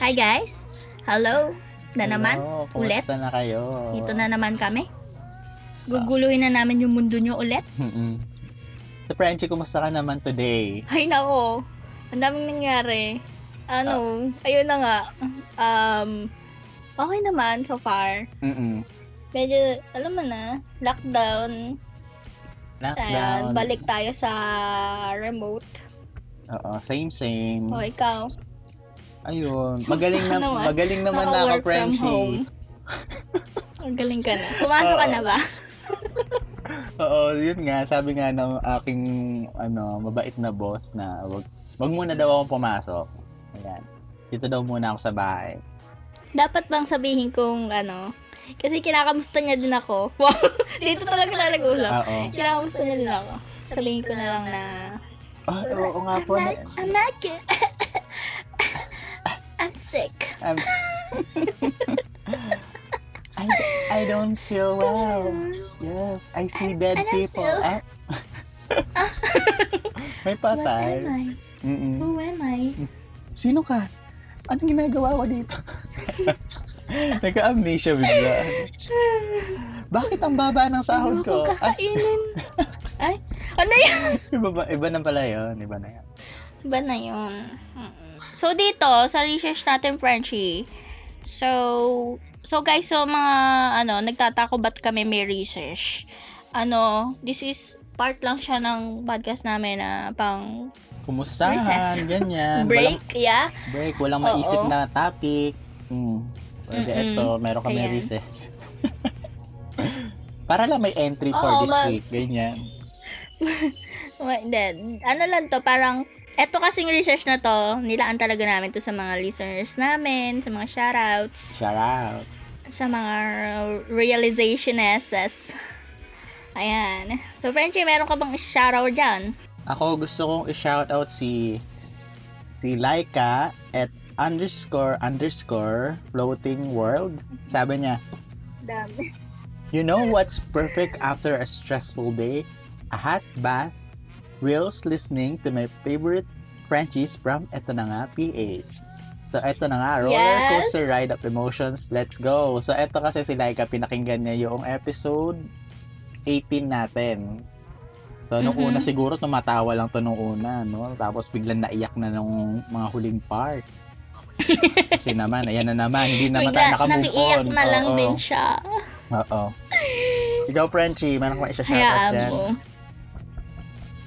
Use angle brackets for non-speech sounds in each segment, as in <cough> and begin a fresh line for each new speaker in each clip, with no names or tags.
Hi guys! Hello! Na naman,
Hello,
ulit.
kumusta na kayo?
Dito na naman kami. Guguluhin na namin yung mundo nyo ulit.
Mm-mm. So, Frenchie, kumusta ka naman today?
<laughs> Ay nako, ang daming nangyari. Ano, ayun na nga. Um, okay naman so far.
Mm-mm.
Medyo, alam mo na, lockdown. Ayan,
Lockdown.
balik tayo sa remote.
Oo, same, same.
O ikaw,
Ayun. Magaling,
ka
na,
naman?
magaling naman na ako,
naka-work from
<laughs>
home.
Frenchie.
Ang galing ka na. Pumasok ka
Oo.
na ba?
Oo, yun nga. Sabi nga ng aking ano, mabait na boss na wag, wag muna daw ako pumasok. Ayan. Dito daw muna ako sa bahay.
Dapat bang sabihin kong ano? Kasi kinakamusta niya din ako. <laughs> Dito talaga lalagulang.
Oo.
Kinakamusta niya din ako. Sabihin ko na lang na...
Ah, oo nga po. Na,
I'm not good. I'm sick.
I'm, Um, <laughs> I, I don't feel well. Yes, I see dead
I don't
people.
feel- <laughs>
Ah. May patay.
I?
Mm-mm.
am I?
Sino ka? Anong ginagawa ko dito? <laughs> Nagka-amnesia bigla. Bakit ang baba ng sahod
Ano
ko? Ah,
akong kakainin? Ay, ano yun?
iba, ba, iba na pala yun. Iba na yun.
Ba na yun? Mm-mm. So, dito, sa research natin, Frenchie, so, so guys, so mga, ano, nagtatako ba't kami may research? Ano, this is part lang siya ng podcast namin na pang
Kumustahan?
Recess.
Ganyan.
break,
Walang,
yeah?
break. Walang
Oo.
maisip na topic. Mm. Pwede
Mm-mm.
eto. Meron kami
Ayan.
research. <laughs> Para lang may entry for
Oo,
this
ma-
week. Ganyan.
Wait, then, ano lang to, parang, eto kasing research na to, nilaan talaga namin to sa mga listeners namin, sa mga shoutouts,
Shout out.
sa mga realizationesses. Ayan. So, Frenchie, meron ka bang shoutout dyan?
Ako gusto kong i-shout out si si Laika at underscore underscore floating world. Sabi niya,
Dami.
you know what's perfect after a stressful day? A hot bath, whilst listening to my favorite Frenchies from Eto Na Nga PH. So, eto na nga, roller
Yes.
coaster ride of emotions, let's go! So, eto kasi si Laika, pinakinggan niya yung episode 18 natin. So, nung
Mhm.
una siguro, tumatawa lang to nung una, no? Tapos, biglang naiyak na nung mga huling
<laughs>
part. Kasi naman, ayan na naman, hindi naman tayo
Bigla,
nakamove
nakiiyak
on.
na lang
Oo.
din siya.
Oo. Ikaw, Frenchie, meron ko isa-shoutout
Hayaan
dyan.
mo.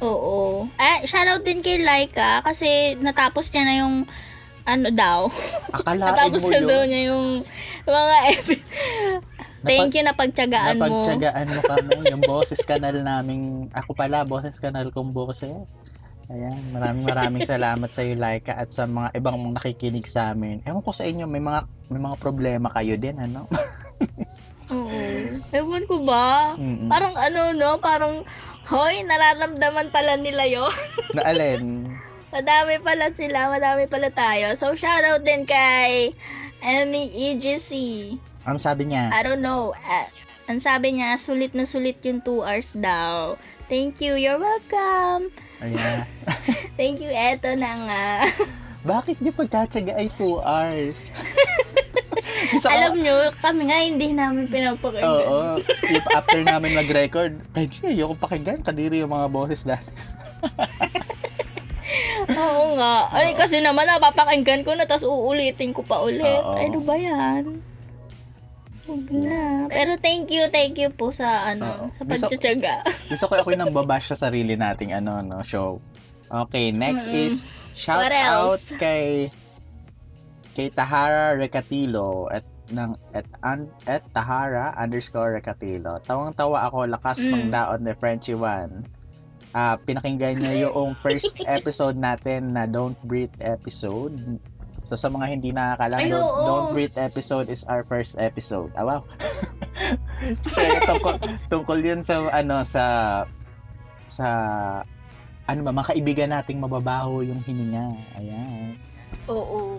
Oo. Eh, shoutout din kay Laika kasi natapos niya na yung ano daw.
Akalain
Natapos
mo
na
yung
daw niya yung mga epi- Thank you na pagtyagaan mo.
napagtyagaan mo kami. Yung boses kanal naming, ako pala, boses kanal kong boses. Ayan, maraming maraming salamat sa iyo, Laika, at sa mga ibang mga nakikinig sa amin. Ewan ko sa inyo, may mga may mga problema kayo din, ano? <laughs>
Oo. Ewan ko ba?
Mm-mm.
Parang ano no, parang Hoy, nararamdaman pala nila yun. <laughs>
Na alin?
Madami pala sila, madami pala tayo. So, shoutout din kay MEGC.
Ang sabi niya,
I don't know. Ah, ang sabi niya, sulit na sulit yung 2 hours daw. Thank you, you're welcome.
ayan,
Thank you, eto na nga.
bakit niyo pagtatsaga ay 2 hours? <laughs> Isa ka-
<laughs> Alam nyo, kami nga hindi namin pinapakinggan.
Oo. If after namin mag-record, medyo ayoko pakinggan. Kadiri yung mga boses na.
Oo nga. Ay, kasi naman napapakinggan ko na, tapos uulitin ko pa ulit.
Oo.
Ay, ano ba yan? Huwag na. Pero thank you, thank you po sa ano,
Oo.
sa
<laughs>
pagtsatsaga.
Gusto ko ako yung nambabash sa sarili nating ano, no, show. Okay, next
Mm-mm.
is shout
Mm-hmm. What
out
else?
kay kay Tahara Recatilo at ng at, un, at Tahara underscore Recatilo. Tawang-tawa ako lakas
Mm.
pang daon ni Frenchie One. Ah, pinakinggan niya yung first episode natin na Don't Breathe episode. So sa mga hindi nakakala,
Ay,
Don't,
oo.
Don't Breathe episode is our first episode. Ah, wow. <laughs> Kaya tungkol, tungkol yun sa ano sa sa ano ba mga kaibigan nating mababaho yung hininga. Ayan.
Oo.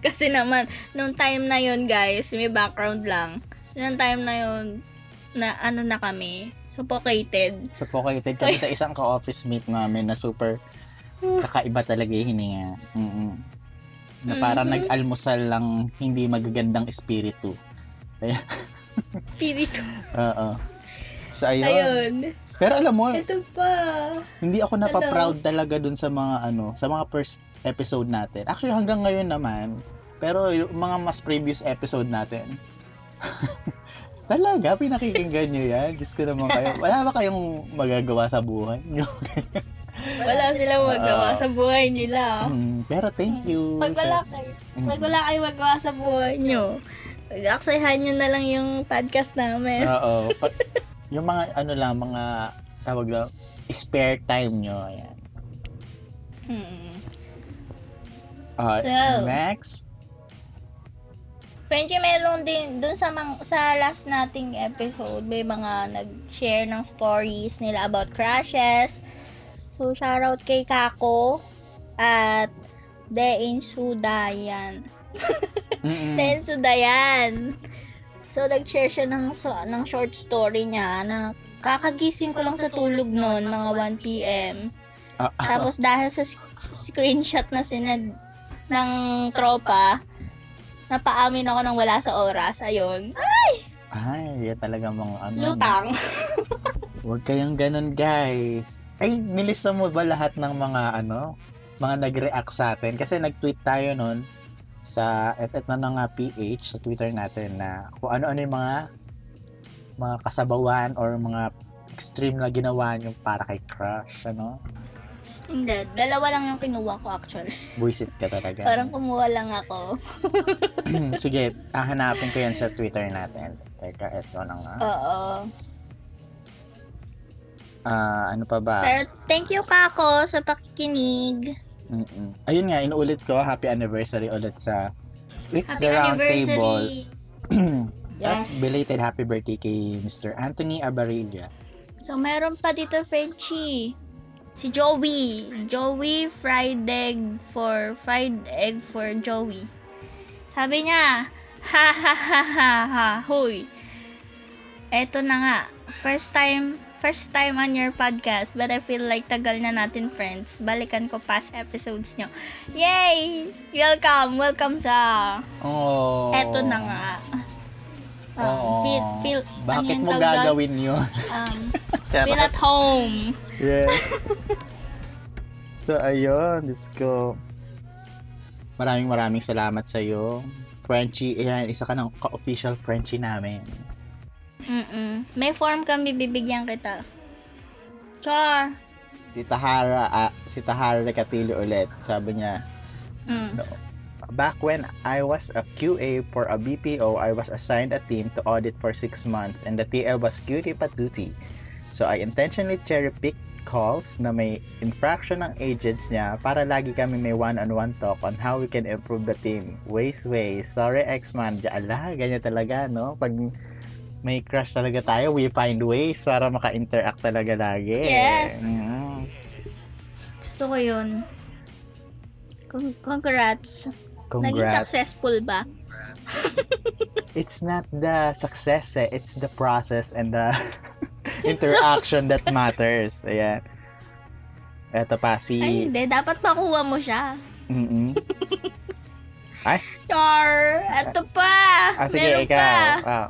Kasi naman, nung time na yon guys, may background lang. Nung time na yon na ano na kami, suffocated.
Suffocated kami sa isang ka-office mate namin na super kakaiba talaga yung hininga. Mm-mm. na parang
Mhm.
nag-almusal lang hindi magagandang espiritu.
Spirit.
Oo. So, ayun.
Ayun.
Pero alam mo,
Ito pa.
hindi ako napaproud talaga dun sa mga ano, sa mga first episode natin. Actually, hanggang ngayon naman, pero yung mga mas previous episode natin. <laughs> talaga, pinakikinggan nyo yan. Diyos ko naman
<laughs>
kayo. Wala ba kayong magagawa sa buhay nyo?
Wala silang magawa
Oo.
sa buhay nila.
Mm, pero thank you.
Oh. Pag wala kayo,
Mm.
pag wala kayo magawa sa buhay nyo, aksayahan nyo na lang yung podcast namin.
Oo. Pa- yung mga ano lang, mga tawag lang, spare time nyo. Ayan.
Mm.
Ah,
<laughs>
So,
next.
Frenchie, meron din, dun sa, mang, sa last nating episode, may mga nag-share ng stories nila about crashes. So, shoutout kay Kako at Dein Sudayan.
Mm-mm.
Dein Sudayan! So, nag-share siya ng, so, ng short story niya na kakagising ko lang sa tulog noon, mga 1pm.
Ah, ah,
Tapos dahil sa sc- screenshot na sinad ng tropa, napaamin ako ng wala sa oras. Ayun. Ah,
Ay, yan talaga mga ano.
Lutang.
Huwag kayong ganun, guys. Ay, nilista mo ba lahat ng mga ano, mga nag-react sa atin? Kasi nag-tweet tayo nun sa etet na na nga PH sa Twitter natin na kung ano-ano yung mga mga kasabawan or mga extreme na ginawa nyo para kay crush, ano?
Hindi. Dalawa lang yung kinuha ko actually.
Buisit ka talaga.
Parang kumuha lang ako.
<clears throat> Sige, hahanapin ko yan sa Twitter natin. Teka, eto na nga.
Oo.
Ah, ano pa ba?
Pero thank you Kako sa pakikinig.
Mm-mm. Ayun nga, inuulit ko, happy anniversary ulit sa It's the Round Table. At
<clears throat> Yes.
belated happy birthday kay Mr. Anthony Abarilla.
So, meron pa dito, Frenchie. Si Joey. Joey fried egg for fried egg for Joey. Sabi niya, ha ha ha ha ha, hoy. Eto na nga, first time, first time on your podcast, but I feel like tagal na natin friends. Balikan ko past episodes nyo. Yay! Welcome! Welcome sa...
Oh.
Eto na nga. Um,
Oo.
feel, feel, ano
Oh. Bakit
yung
mo
tawag doon?
gagawin yun?
Um, <laughs> feel
Charot.
at home.
yes. so, ayun. Diyos ko. Maraming maraming salamat sa iyo. Frenchie, ayan, isa ka ng ka-official Frenchie namin.
Mm-mm. May form kami bibigyan kita. Char.
Si Tahara, ah, si Tahara Recatili ulit. Sabi niya,
Mm.
Back when I was a QA for a BPO, I was assigned a team to audit for six months and the TL was cutie patuti. So I intentionally cherry-picked calls na may infraction ng agents niya para lagi kami may one-on-one talk on how we can improve the team. Ways, ways. Sorry, X-Man. Ja, Ala, ganyan talaga, no? Pag may crush talaga tayo, we find ways para maka-interact talaga lagi.
Yes.
Mm.
Gusto ko yun. Con- congrats. Naging
Congrats.
successful ba?
it's not the success eh. It's the process and the <laughs> interaction that matters. Ayan. Eto pa
Ay,
si...
hindi. Dapat makuha mo siya.
Mm-mm.
Char. Ito pa.
Ah, sige,
Meron
ikaw.
pa.
Ah,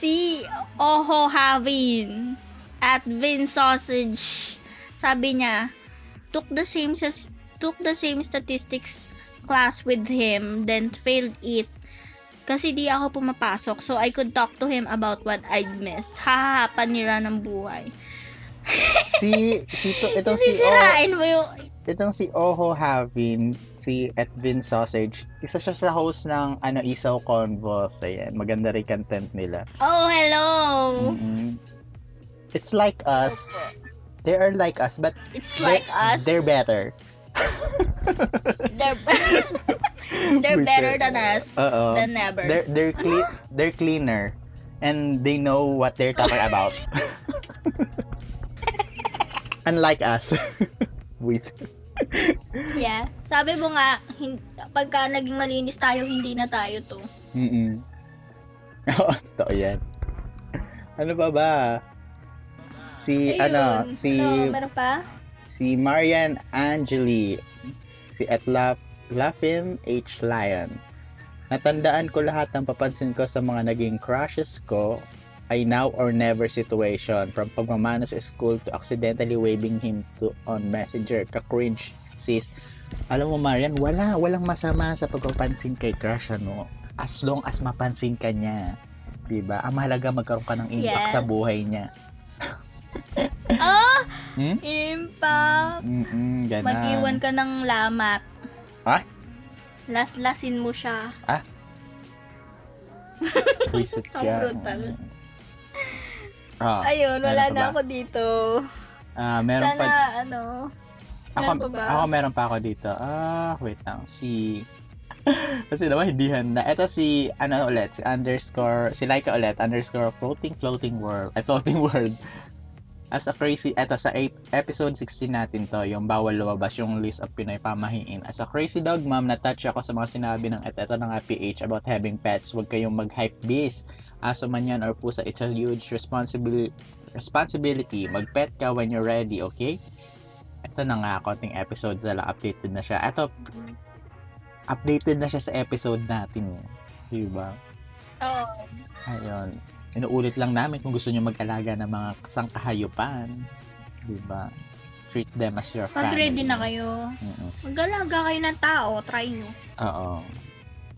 Si Oho Havin at Vin Sausage. Sabi niya, took the same sis- took the same statistics class with him, then failed it. Kasi di ako pumapasok, so I could talk to him about what I'd missed. Hahaha, panira ng buhay.
si... si to, itong Oh, si... O,
Sisirain mo yung...
itong si Oho Havin, si Edwin Sausage, isa siya sa host ng ano, Isaw Convos. Ayan. Maganda rin content nila.
Oh, hello! Oh.
Mm-mm. It's like us. They are like us, but
It's like us.
they're
<laughs>
better.
They're, <laughs> they're better than us.
Oo.
Than never.
uh, They're they're clean
<laughs>
they're cleaner and they know what they're talking
<laughs>
about. <laughs> Unlike us. <laughs> Wait.
Yeah. Sabi mo nga, hin- pagka naging malinis tayo, hindi na tayo to.
Mm-mm. <laughs> Oo, totoo yan. Ano pa ba? Si, ano,
Ayun.
si,
Ano, meron pa?
si Marian Angeli, si Etla Laffin H. Lion. Natandaan ko lahat ng papansin ko sa mga naging crushes ko ay now or never situation from pagmamano sa school to accidentally waving him to on messenger ka cringe sis alam mo Marian wala walang masama sa pagpapansin kay crush ano as long as mapansin ka niya diba ang mahalaga magkaroon ka ng impact
Yes.
sa buhay niya
Oh!
Hmm?
Impact!
mm ganun
Mag-iwan ka ng lamat.
Ah?
Laslasin mo siya.
Visit
Ang
ka.
brutal.
Ah,
Ayun, wala
meron pa
na
ba?
ako dito.
ah, meron
Sana,
pa
ano,
Ako,
Meron pa ba?
ako meron pa ako dito. Ah, wait lang. Si... <laughs> Kasi naman hindi handa. Ito si, ano ulit, si underscore, si Laika ulit, underscore floating floating world, ay floating <laughs> world. As a crazy, eto sa ep- episode 16 natin to, yung bawal lumabas yung list of Pinoy pamahiin. As a crazy dog mom, natouch ako sa mga sinabi ng eto, eto na nga PH about having pets. Huwag kayong mag-hype beast. Aso man yan or pusa, it's a huge responsibility. responsibility. Mag-pet ka when you're ready, okay? Ito na nga, konting episodes na lang, updated na siya. Ito, updated na siya sa episode natin eh. Diba?
oo.
Ayun. Inuulit lang namin kung gusto nyo mag-alaga ng mga sangkahayupan. Diba? Treat them as your family.
Pag ready na kayo,
Mm-mm.
mag-alaga kayo ng tao. Try nyo.
Oo.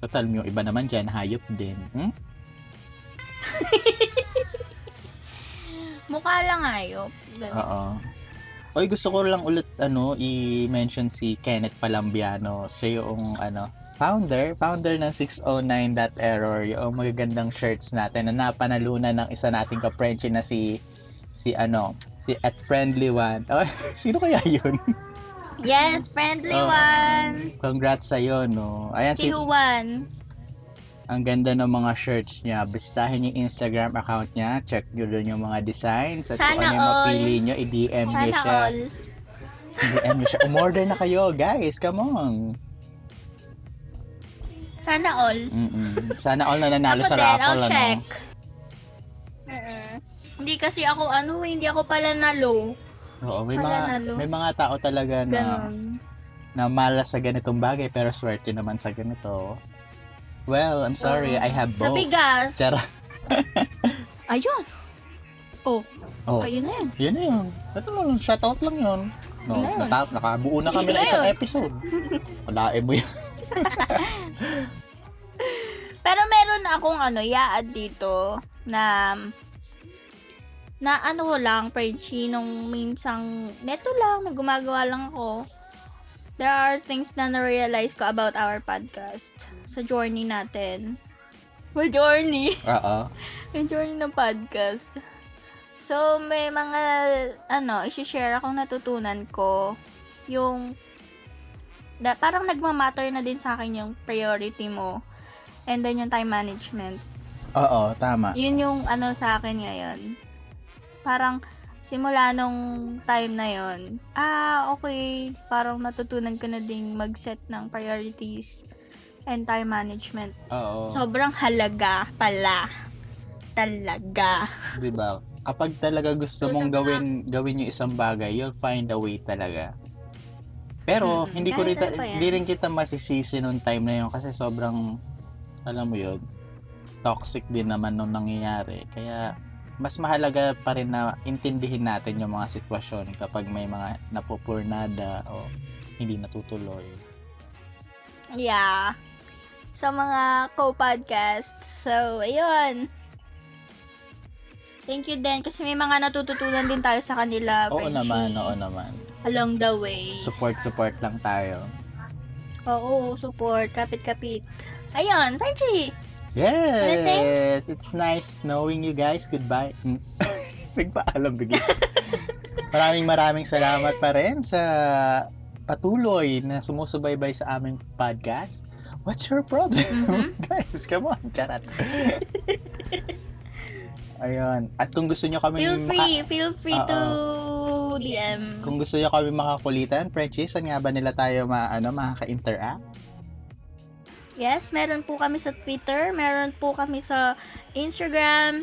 Total, yung iba naman dyan, hayop din. Hmm?
Mukha lang ayop. Ganun.
Oo. Oy, gusto ko lang ulit ano i-mention si Kenneth Palambiano. Siya yung ano, founder, founder ng 609.error, yung magagandang shirts natin na napanalunan ng isa nating ka-Frenchy na si si ano, si at friendly one. Oh, <laughs> sino kaya yun?
Yes, friendly
Oo.
one.
Congrats sa no. Ayan
Si
si,
Juan.
ang ganda ng mga shirts niya. Bistahin yung Instagram account niya, check niyo doon yung mga designs at kung
Sana
ano yung
all.
mapili niyo, i-DM niyo
Sana
siya.
all.
DM niyo siya. Umorder na kayo, guys. Come on.
Sana all.
Mm-mm. Sana all nananalo
Ako
sa
din,
raffle,
I'll
ano?
check. Hindi kasi ako ano, eh, hindi ako pala nalo.
Oo, may
Wala
mga,
nalo.
may mga tao talaga na,
Ganon.
na malas sa ganitong bagay, pero swerte naman sa ganito. Well, I'm sorry, I have
Sa
both.
bigas.
Charot.
Ayun. Oh,
Oh,
ayun na yun.
yun na yun. Ito, shoutout lang yun. No,
Ano Yun na yun.
nata- nakabuo na kami
Yun
ng
na
isang
yun.
episode. Wala, eh, mo yun.
Pero meron akong ano, yaad dito na na ano ko lang, Frenchie, nung minsang, neto lang, may gumagawa lang ako. There are things na na-realize ko about our podcast sa journey natin. Well, journey.
<laughs> Oo.
Yung journey ng podcast. So, may mga, ano, isi-share akong natutunan ko. Yung, na, parang nagmamatter na din sa akin yung priority mo. And then yung time management.
Oo, tama.
Yun yung ano sa akin ngayon. Parang simula nung time na yon ah, okay, parang natutunan ko na ding mag-set ng priorities and time management.
Oo.
Sobrang halaga pala. Talaga.
Diba? Kapag talaga gusto
So, sa
mong
mga-
gawin gawin yung isang bagay, you'll find a way talaga. Pero
Mm-mm.
hindi ko rin
Kahit ano pa yan.
hindi rin kita masisisi nung time na yun kasi sobrang alam mo yun, toxic din naman nung nangyayari. Kaya mas mahalaga pa rin na intindihin natin yung mga sitwasyon kapag may mga napupurnada o hindi natutuloy.
Yeah. Sa mga co-podcast. So, ayun. Thank you din kasi may mga natututunan din tayo sa kanila,
Oo
Frenchie,
naman, oo naman.
Along the way.
Support support lang tayo.
Oo, support. Kapit-kapit. Ayun, Frenchie!
Yes! It's nice knowing you guys. Goodbye. Mm. <laughs> Nagpaalam
<laughs>
bigla. maraming maraming salamat pa rin sa patuloy na sumusubaybay sa aming podcast. What's your problem?
Mm-hmm.
<laughs> guys, come on.
<laughs>
Charot. Ayun. At kung gusto nyo kami
Feel free, feel free
Oo.
to DM.
kung gusto nyo kami makakulitan, Frenchie, saan nga ba nila tayo ma, ano, makaka-interact?
Yes, meron po kami sa Twitter, meron po kami sa Instagram,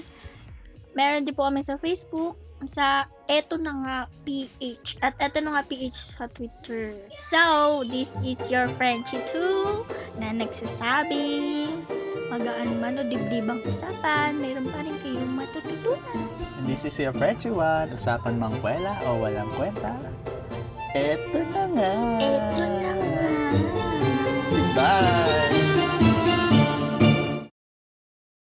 Meron din po kami sa Facebook, sa eto na nga PH, at eto na nga PH sa Twitter. So, this is your Frenchie 2 na nagsasabi, magaan man o dibdibang usapan, mayroon pa rin kayong matututunan.
And This is your Frenchie One. Usapan mang kwela o walang kwenta. Eto na nga.
Eto na nga.
Bye!